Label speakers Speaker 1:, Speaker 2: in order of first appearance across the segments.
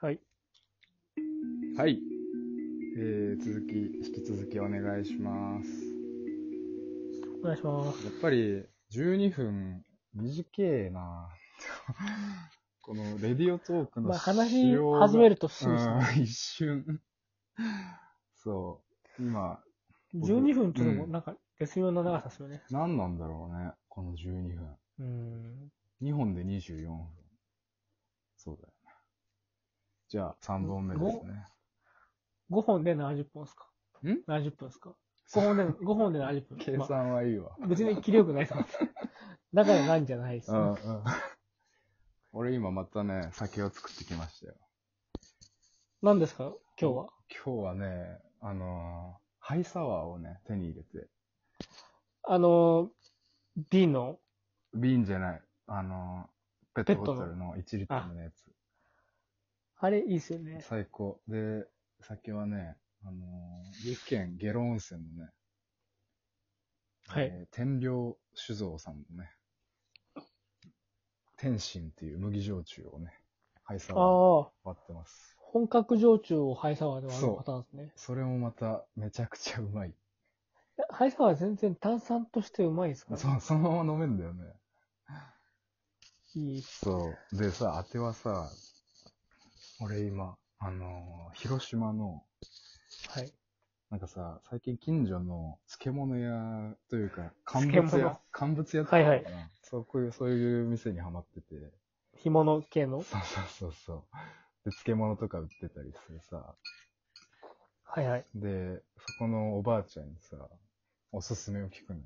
Speaker 1: はい。
Speaker 2: はい。えー、続き、引き続きお願いします。
Speaker 1: お願いします。
Speaker 2: やっぱり、12分、短えな この、レディオトークの
Speaker 1: まあ、話し
Speaker 2: が
Speaker 1: 始めるとすぐさ、
Speaker 2: うん、一瞬。そう。今、
Speaker 1: 12分っていうのも
Speaker 2: うん
Speaker 1: なんか絶妙な長さですよね。
Speaker 2: 何なんだろうね。この12分。
Speaker 1: うん。
Speaker 2: 2本で24分。そうだよね。じゃあ、3本目ですね。
Speaker 1: 5本で70本ですか
Speaker 2: ん
Speaker 1: ?70 分ですか ?5 本で、5本で70分。
Speaker 2: 計
Speaker 1: ま
Speaker 2: 算はいいわ。
Speaker 1: あ別に切れよ くないと思って。だからなんじゃないです、
Speaker 2: う
Speaker 1: ね。
Speaker 2: んうん。 俺今またね、酒を作ってきましたよ。
Speaker 1: 何ですか今日は。
Speaker 2: 今日はね、あのーハイサワーをね、手に入れて。
Speaker 1: あのー、D の、
Speaker 2: 瓶じゃない。あのーペットボトルの1リットルのやつ。
Speaker 1: あれいいっすよね。
Speaker 2: 最高。で、酒はね、あのー岐阜県下呂温泉のね、
Speaker 1: はい
Speaker 2: えー天領酒造さんのね、天心っていう麦焼酎をね、ハイサ
Speaker 1: ああ
Speaker 2: ワー
Speaker 1: ー、
Speaker 2: 割ってます。
Speaker 1: 本格焼酎をハイサワーで割るパターンですね。
Speaker 2: それもまためちゃくちゃうまい。
Speaker 1: いやハイサワー全然炭酸としてうまいですから、
Speaker 2: そう、そのまま飲めんだよね。
Speaker 1: いい。
Speaker 2: そう。でさ、当てはさ、俺今、あのー広島の、
Speaker 1: はい。
Speaker 2: なんかさ、最近近所の漬物屋というか、乾
Speaker 1: 漬
Speaker 2: 物
Speaker 1: 物
Speaker 2: 屋、乾物屋って
Speaker 1: はいはい
Speaker 2: いうのかなそうこういう、そういう店にハマってて、
Speaker 1: 干物系の。
Speaker 2: そうそうそうそう。で、漬物とか売ってたりするさ、
Speaker 1: はいはい。
Speaker 2: で、そこのおばあちゃんにさ、おすすめを聞くのよ。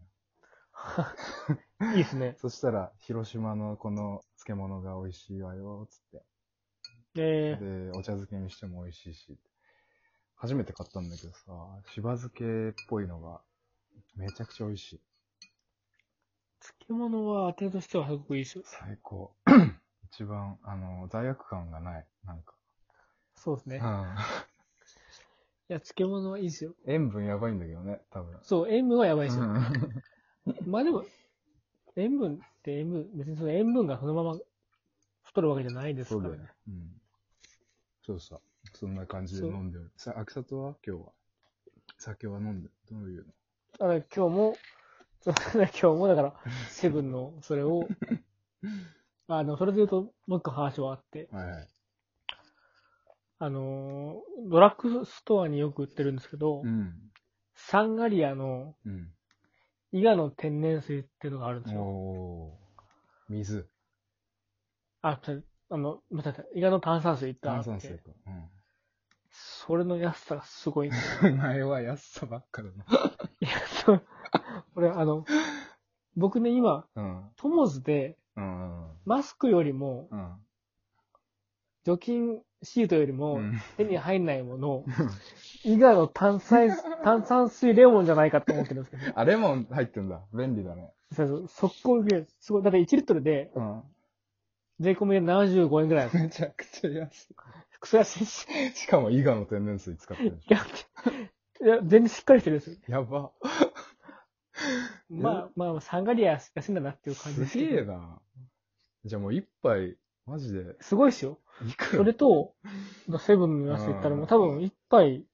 Speaker 1: いいっすね。
Speaker 2: そしたら、広島のこの漬物が美味しいわよ、つって。
Speaker 1: えー、
Speaker 2: で、お茶漬けにしても美味しいし。初めて買ったんだけどさ、しば漬けっぽいのが、めちゃくちゃ美味しい。
Speaker 1: 漬物は当てとしてはすごくいいっすよ。
Speaker 2: 最高。 一番、あの、罪悪感がない。なんか。
Speaker 1: そうですね。いや、漬物はいいっすよ。
Speaker 2: うん 塩分やばいんだけどね、多分。
Speaker 1: そう、塩分はやばいっす
Speaker 2: う
Speaker 1: よ。
Speaker 2: ん
Speaker 1: まあでも、塩分って塩分、別にその塩分がそのまま太るわけじゃないです
Speaker 2: そう
Speaker 1: か
Speaker 2: だ
Speaker 1: ら
Speaker 2: よ
Speaker 1: ね
Speaker 2: ね。。うん。そうさ。そんな感じで飲んでおる。さ、秋里は今日は酒は飲んで、どういうの
Speaker 1: だから今日も、そうだから今日もだから、セブンのそれ を、あの、それで言うと、もう一個話はあって、
Speaker 2: はいはい。
Speaker 1: あのードラッグストアによく売ってるんですけど、
Speaker 2: うん。
Speaker 1: サンガリアの
Speaker 2: うん。
Speaker 1: 伊賀の天然水っていうのがあるんですよ。
Speaker 2: おー。水。
Speaker 1: あ、ちょあの、ごめんなさい、伊賀の炭酸水ってあ
Speaker 2: 炭
Speaker 1: っ
Speaker 2: 酸水
Speaker 1: て
Speaker 2: か、。うん。
Speaker 1: それの安さがすごいんですよ。
Speaker 2: 前は安さばっかだな。
Speaker 1: いや、そう、俺、あの、僕ね、今、
Speaker 2: うん。
Speaker 1: トモズで、
Speaker 2: うん。
Speaker 1: マスクよりも、
Speaker 2: うん。
Speaker 1: 除菌シートより
Speaker 2: う
Speaker 1: も、
Speaker 2: ん。
Speaker 1: 手に入んないものを、伊賀の炭酸水、炭酸水レモンじゃないかと思ってるんですけど、
Speaker 2: あ、レモン入ってんだ。便利だね。
Speaker 1: そうそう速攻ですごい、だって1リットルで、
Speaker 2: うん。
Speaker 1: 税込みで75円くらいなんですよ。
Speaker 2: めちゃくちゃ安
Speaker 1: 複数安いし、
Speaker 2: い。しかも伊賀の天然水使ってるでし
Speaker 1: いや、いや全然しっかりしてるんですよ。
Speaker 2: ょ。やば。
Speaker 1: まあまあまあ、サンガリア安いんだなっていう感じですす
Speaker 2: げえ
Speaker 1: けど。
Speaker 2: な。じゃあもう一杯、マジで、
Speaker 1: すごいっすよ。
Speaker 2: いくら
Speaker 1: それと、セブンのやつ行ったらもう多分一杯、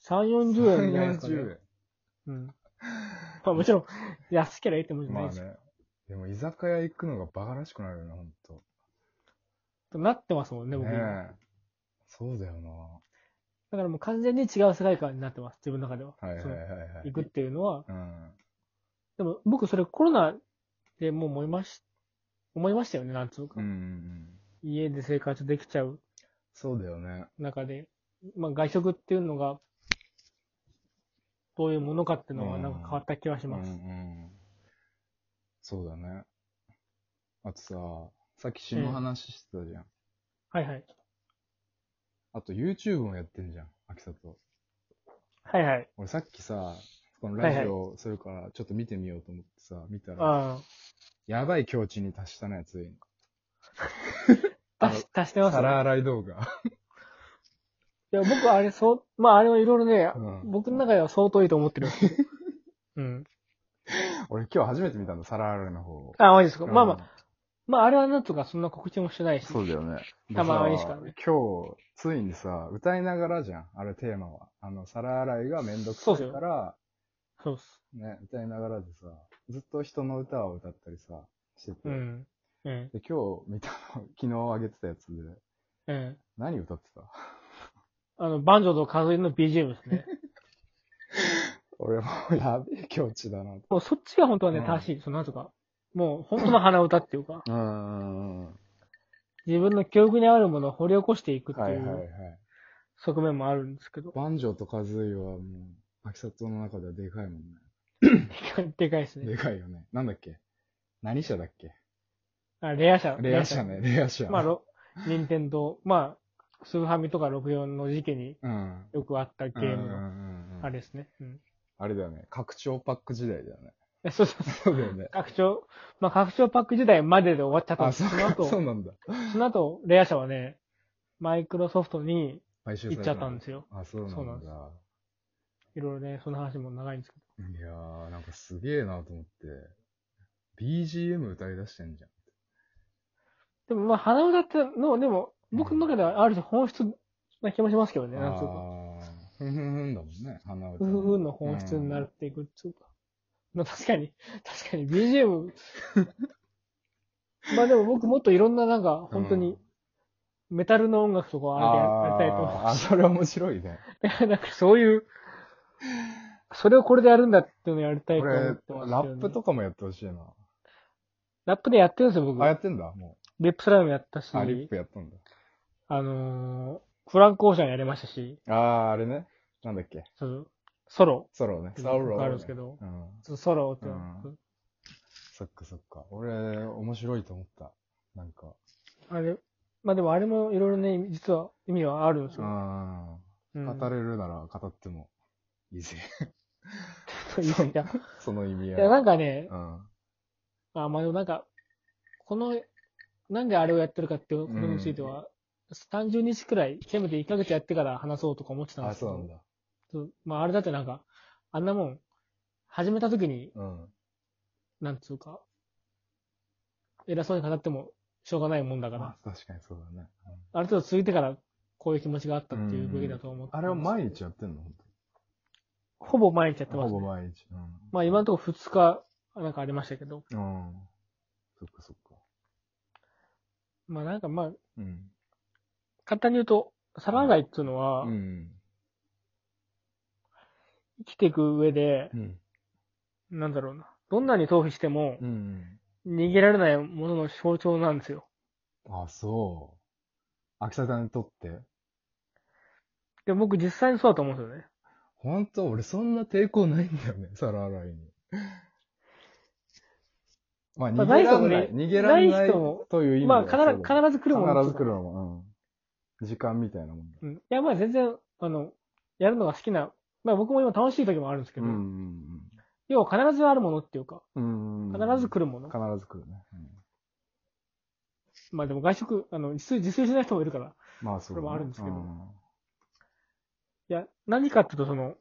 Speaker 1: 3、40円じゃないですか、ね。
Speaker 2: 40
Speaker 1: うん。まあもちろん、安ければいいってもんじ
Speaker 2: 円。
Speaker 1: ゃない
Speaker 2: まあ
Speaker 1: ですよ。
Speaker 2: ね。でも居酒屋行くのがバカらしくなるよね、ほんと。
Speaker 1: となってますもんね、僕、
Speaker 2: ね
Speaker 1: 今
Speaker 2: え。そうだよ
Speaker 1: だからもう完全に違う世界観になってます、自分の中では。
Speaker 2: な。はいはい
Speaker 1: そ
Speaker 2: はい
Speaker 1: の
Speaker 2: は
Speaker 1: 行
Speaker 2: い。
Speaker 1: くっていうのは。
Speaker 2: うん。
Speaker 1: でも僕、それコロナでもう思いまし、思いましたよね、なんつうか。
Speaker 2: うんうんうん。
Speaker 1: 家で生活できちゃう
Speaker 2: そうだよね。
Speaker 1: 中で、まあ外食っていうのが、どういうものかっていうのはなんか変わった気はします。
Speaker 2: うんうん、そうだね。あとさ、さっき詩の話してたじゃん。
Speaker 1: はいはい。
Speaker 2: あと YouTube もやってんじゃん、秋里。
Speaker 1: はいはい。
Speaker 2: 俺さっきさ、この
Speaker 1: はいは
Speaker 2: ラ
Speaker 1: い
Speaker 2: ジオするからちょっと見てみようと思ってさ、見たら、
Speaker 1: あ
Speaker 2: やばい境地に達したね、ついに。
Speaker 1: あ。足し、足してます、ね。
Speaker 2: 皿洗い動画。
Speaker 1: いや、僕あれ、そう、まああれはいろいろね、
Speaker 2: うん
Speaker 1: 僕の中では相当いいと思ってるんですけど。うん。
Speaker 2: 俺今日初めて見たんだ、皿洗いの方を。
Speaker 1: あ、マジですか。まあまあ、
Speaker 2: あ。
Speaker 1: まあ、あれはなんとかそんな告知もしてないし。
Speaker 2: そうだよね。
Speaker 1: たまにしかね
Speaker 2: でさ今日、ついにさ、歌いながらじゃん、あれテーマは。あの、皿洗いがめんどくさいから、
Speaker 1: そうっす。
Speaker 2: ね、歌いながらでさ、ずっと人の歌を歌ったりさ、してて。
Speaker 1: うん。うん。
Speaker 2: で、今日見たの、 昨日あげてたやつで、
Speaker 1: うん。
Speaker 2: 何歌ってた
Speaker 1: あの、バンジョーとカズエの BGM ですね。
Speaker 2: 俺もうやべえ境地だな。
Speaker 1: もうそっちが本当はね、
Speaker 2: うん
Speaker 1: 正しい。そのなんとか。もう本当の花歌っていうか、
Speaker 2: うーん。は
Speaker 1: 自分の記憶にあるものを掘り起こしていく
Speaker 2: い
Speaker 1: ってい
Speaker 2: はいは
Speaker 1: う
Speaker 2: い。
Speaker 1: 側面もあるんですけど。
Speaker 2: バンジョーとカズイはもう、秋里の中ではでかいもんね。
Speaker 1: でかいですね。
Speaker 2: でかいよね。なんだっけ何社だっけ
Speaker 1: あレア車。
Speaker 2: レア社ね、レア社。
Speaker 1: まあ、ろ任天堂、まあ、スーファミとか64の時期に
Speaker 2: うん。
Speaker 1: よくあったゲーム
Speaker 2: うんう
Speaker 1: の、
Speaker 2: んうんうん
Speaker 1: あれですね。うん。
Speaker 2: あれだよね。拡張パック時代だよね。
Speaker 1: えそうそうそう。
Speaker 2: そうだよね。
Speaker 1: 拡張、まあ、拡張パック時代までで終わっちゃったん
Speaker 2: あ、
Speaker 1: です
Speaker 2: そう
Speaker 1: その
Speaker 2: か、
Speaker 1: 後、
Speaker 2: そう
Speaker 1: そ
Speaker 2: なんだ。
Speaker 1: の後、レア社はね、マイクロソフトに
Speaker 2: 買収さ
Speaker 1: 行
Speaker 2: れ
Speaker 1: っちゃったんです
Speaker 2: よ。
Speaker 1: よ。
Speaker 2: あ、そうな
Speaker 1: そうなんんで
Speaker 2: だ。
Speaker 1: いろいろね、その話も長いんですけ
Speaker 2: いやー、なんかすげえなと思って。BGM 歌い出してんじゃん。
Speaker 1: ど。でもまあ、花歌っての、でも、僕の中ではある種本質な気もしますけどね、なんつうか。
Speaker 2: あーふんふんふんだもんね、鼻歌。
Speaker 1: ふふふの本質になるっていくっつうか。まあ確かに、確かに BGM。まあでも僕もっといろんななんか、本当に、メタルの音楽とか
Speaker 2: うん。
Speaker 1: をあれ
Speaker 2: あ
Speaker 1: でやりたいと思
Speaker 2: ーあ、それ面白いね。
Speaker 1: う。なんかそういう、それをこれでやるんだっていうのをやりたい
Speaker 2: こと
Speaker 1: 思
Speaker 2: れ、ラ
Speaker 1: ってますけどね、
Speaker 2: ップとかもやってほしいな。
Speaker 1: ラップでやってるんですよ、僕
Speaker 2: あ、。やってんだ、も
Speaker 1: リップスライムやったし
Speaker 2: う。、あ、リップやったんだ。
Speaker 1: あのー、フランクオーシャンやりましたし、
Speaker 2: あー、あれね。なんだっけ。
Speaker 1: そうソロ、
Speaker 2: ソロね。
Speaker 1: うん
Speaker 2: ソロ、ね。
Speaker 1: あるんですけど
Speaker 2: うん。
Speaker 1: ソロって、
Speaker 2: うんそっかそっか。俺、面白いと思った。なんか。
Speaker 1: あれ、まあでもあれもいろいろね、実は意味はあるんですよ。
Speaker 2: うん。
Speaker 1: うん
Speaker 2: 語れるなら語ってもいいぜ。
Speaker 1: いやいや、
Speaker 2: その意味
Speaker 1: い
Speaker 2: 合い。
Speaker 1: やなんかね、
Speaker 2: うん。
Speaker 1: あまあでもなんか、この、なんであれをやってるかっていうことについては、30日くらい、せめて1ヶ月やってから話そうとか思ってたんで
Speaker 2: あ、
Speaker 1: すけ
Speaker 2: そう
Speaker 1: ど、
Speaker 2: なんだ。
Speaker 1: そうまああれだってなんか、あんなもん、始めた時に、
Speaker 2: うん。
Speaker 1: なんつうか、偉そうに語ってもしょうがないもんだから
Speaker 2: あ、確かにそうだね。うん
Speaker 1: ある程度続いてから、こういう気持ちがあったっていうべきだと思って。
Speaker 2: あれは毎日やってんの本
Speaker 1: ほぼ毎日やって
Speaker 2: 当に
Speaker 1: ま
Speaker 2: ほ
Speaker 1: す、
Speaker 2: ぼ
Speaker 1: ね。
Speaker 2: 毎日。うん。
Speaker 1: まあ今のところ2日、なんかありましたけど、
Speaker 2: うん。そっかそっか。
Speaker 1: まあなんかまあ、
Speaker 2: うん。
Speaker 1: 簡単に言うと、皿洗いっていうのは、
Speaker 2: うん。
Speaker 1: 生きていく上で、
Speaker 2: うん。
Speaker 1: なんだろうな。どんなに逃避しても
Speaker 2: う、ん。
Speaker 1: 逃げられないものの象徴なんですよ。
Speaker 2: あ、そう。秋田さんにとって
Speaker 1: で、僕実際にそうだと思うんですよね。
Speaker 2: 本当俺そんな抵抗ないんだよね、 皿洗いに。まあ、
Speaker 1: まあ
Speaker 2: 逃げらん
Speaker 1: な
Speaker 2: な
Speaker 1: 人
Speaker 2: いい。
Speaker 1: もね
Speaker 2: 逃げらん
Speaker 1: な
Speaker 2: ないい
Speaker 1: 人も
Speaker 2: という意味
Speaker 1: まあ、必ず、
Speaker 2: ず
Speaker 1: 必ず来るもの
Speaker 2: 必ず来るもん。うん。時間みたいなもんだ。
Speaker 1: うん。いや、まあ全然、あの、やるのが好きな、まあ僕も今楽しい時もあるんですけ
Speaker 2: う
Speaker 1: ど、
Speaker 2: ん
Speaker 1: 要は必ずあるものっていうか、
Speaker 2: うんうん。うん。
Speaker 1: 必ず来るもの。
Speaker 2: 必ず来るね。うん
Speaker 1: まあでも外食、あの、自炊、自炊しない人もいるから。
Speaker 2: まあ、そうだね。
Speaker 1: これもあるんですけど
Speaker 2: うん
Speaker 1: いや、何かっていうと、その、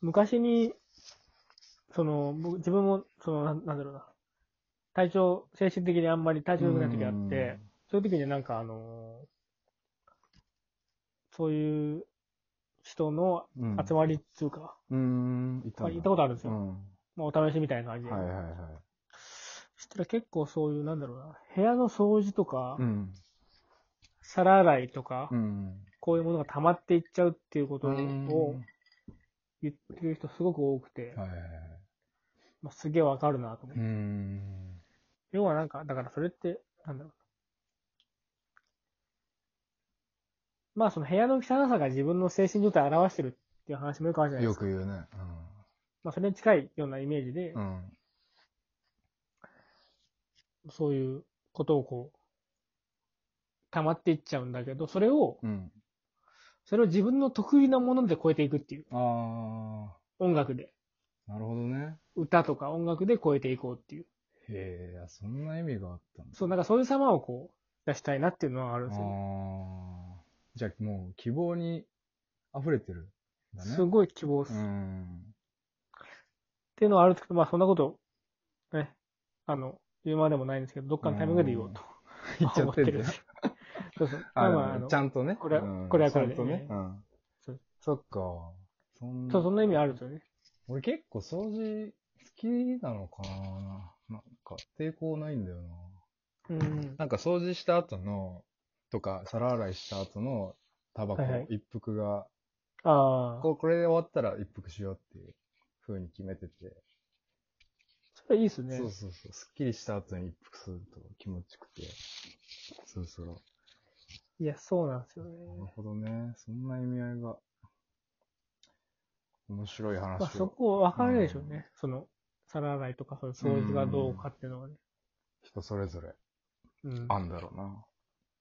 Speaker 1: 昔に、その、僕、自分も、その、なんなんだろうな、体調、精神的にあんまり体調良くない時があって、そういう時になんか、あのーそういう人の
Speaker 2: うん、
Speaker 1: 集まりっていうか、
Speaker 2: うん。いた
Speaker 1: まあ
Speaker 2: んだ
Speaker 1: 行ったことあるんです
Speaker 2: う
Speaker 1: よ。
Speaker 2: ん。は
Speaker 1: まあ、お試しみたいな感
Speaker 2: い
Speaker 1: じで。
Speaker 2: はいはい。
Speaker 1: そしたら結構そういう、なんだろうな、部屋の掃除とか、
Speaker 2: うん。
Speaker 1: 皿洗いとか、
Speaker 2: うん。
Speaker 1: こういうものが溜まっていっちゃうっていうことを
Speaker 2: うん
Speaker 1: 言ってる人すごく多くて、
Speaker 2: はいはいはい。
Speaker 1: まあ、すげえわかるなと思っ
Speaker 2: う
Speaker 1: て。
Speaker 2: ん。
Speaker 1: 要はなんか、だからそれって、なんだろう。まあその部屋の汚さが自分の精神状態を表してるっていう話もよくあるじゃないで
Speaker 2: よ
Speaker 1: すか。
Speaker 2: く言うね。
Speaker 1: まあそれに近いようなイメージで、
Speaker 2: うん。うん。
Speaker 1: そういうことをこう、溜まっていっちゃうんだけど、それを、
Speaker 2: うん。
Speaker 1: それを自分の得意なもので超えていくっていう。
Speaker 2: あ
Speaker 1: 音楽で。
Speaker 2: あ、なるほどね。
Speaker 1: 歌とか音楽で超えていこうっていう。
Speaker 2: へえ、そんな意味があったんだ。
Speaker 1: そう、なんかそういう様をこう、出したいなっていうのはあるんですよね。
Speaker 2: ああ。じゃあもう希望に溢れてるんだね。
Speaker 1: すごい希望っす。
Speaker 2: うん。
Speaker 1: っていうのはあるんですけど、まあそんなこと、ね、あの、言うまでもないんですけど、どっかのタイミングで言おうと
Speaker 2: 言っちゃ
Speaker 1: 思
Speaker 2: っ
Speaker 1: ってて
Speaker 2: んだ
Speaker 1: る
Speaker 2: よ
Speaker 1: んで。そうそう。ま
Speaker 2: あ
Speaker 1: あ
Speaker 2: で
Speaker 1: ま
Speaker 2: も
Speaker 1: あ、あの
Speaker 2: ち、ゃんとね。
Speaker 1: これは
Speaker 2: うん
Speaker 1: これはこれで
Speaker 2: ちゃんとね。
Speaker 1: ええ
Speaker 2: うん
Speaker 1: そう。
Speaker 2: そっか。そん
Speaker 1: そうそんな意味あるんですよね。
Speaker 2: 俺結構掃除好きなのかななんか抵抗ないんだよな。
Speaker 1: うんうん。
Speaker 2: なんか掃除した後の、とか皿洗いした後のタバコ、
Speaker 1: はいはい
Speaker 2: 一服が、
Speaker 1: ああ、
Speaker 2: こうこれで終わったら一服しようっていう風に決めてて。
Speaker 1: それいいっすね
Speaker 2: そう。そうそう。すっきりした後に一服すると気持ちよくて。そろそろ。
Speaker 1: いや、そうなんですよ
Speaker 2: な
Speaker 1: ね
Speaker 2: る。ほどね。そんな意味合いが。面白い話を。
Speaker 1: まあ、そこ分かれるでしょうね。その、皿洗いとか、その掃除がどうかっていうのはね。
Speaker 2: 人それぞれ
Speaker 1: うん。
Speaker 2: あんだろうな。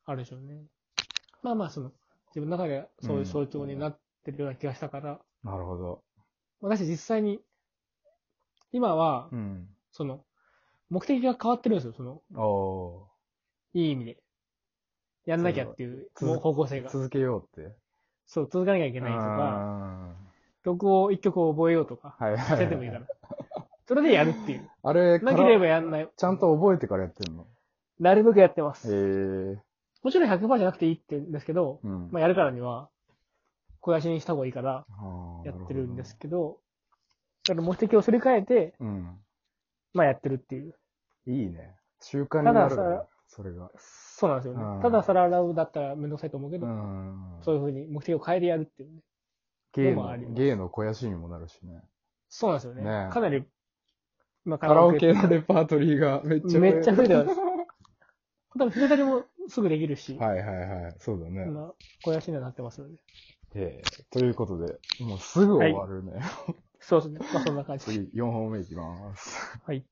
Speaker 1: あるでしょうね。まあまあ、その、自分の中でそういう象徴になってるような気がしたから、
Speaker 2: なるほど。
Speaker 1: 私実際に、今は
Speaker 2: う、ん。
Speaker 1: その、目的が変わってるんですよ、その、
Speaker 2: お
Speaker 1: いい意味で。やんなきゃっていう
Speaker 2: そう
Speaker 1: もう方向性
Speaker 2: ー
Speaker 1: が。
Speaker 2: 続けようって。
Speaker 1: そう、続かなきゃいけないとか、曲を、一曲を覚えようとか
Speaker 2: あ、ーはい
Speaker 1: そ
Speaker 2: は
Speaker 1: れ
Speaker 2: い
Speaker 1: でもいい
Speaker 2: は
Speaker 1: か
Speaker 2: い。
Speaker 1: ら。 それでやるっていう。
Speaker 2: あれ、
Speaker 1: なければ
Speaker 2: から
Speaker 1: やんない。
Speaker 2: ちゃんと覚えてからやってんの
Speaker 1: なるべくやってま
Speaker 2: ええ
Speaker 1: す。もちろん100%じゃなくていいって言うんですけど、
Speaker 2: うん。
Speaker 1: まあ、やるからには、小出しにした方がいいから、
Speaker 2: あー
Speaker 1: やってるんです。けど、だから目的をすり替えて、
Speaker 2: なるほどうん。
Speaker 1: まあやってるっていう。
Speaker 2: いいね。習慣になる
Speaker 1: ただ
Speaker 2: ね
Speaker 1: さ。
Speaker 2: それが。
Speaker 1: そうなんですよね
Speaker 2: うん。
Speaker 1: ただ皿洗うだったらめんどくさいと思うけど、
Speaker 2: うん。
Speaker 1: そういうふうに目的を変えてやるっていうね。
Speaker 2: 芸
Speaker 1: のもあり
Speaker 2: の、
Speaker 1: ます
Speaker 2: 芸の肥やしにもなるしね。
Speaker 1: そうなんですよね。
Speaker 2: ねえ
Speaker 1: かなり、まあ、
Speaker 2: カラオケのレパートリーがめっちゃ
Speaker 1: めっちゃ増えてます。多分、筆たりもすぐできるし、
Speaker 2: はいはいはい。そうだね。
Speaker 1: まあ、肥やしにはなってますよね。
Speaker 2: ええということで、もうすぐ終わるね。
Speaker 1: そうですね。まあ、そんな感じで。
Speaker 2: 次、4本目いきます。
Speaker 1: はい。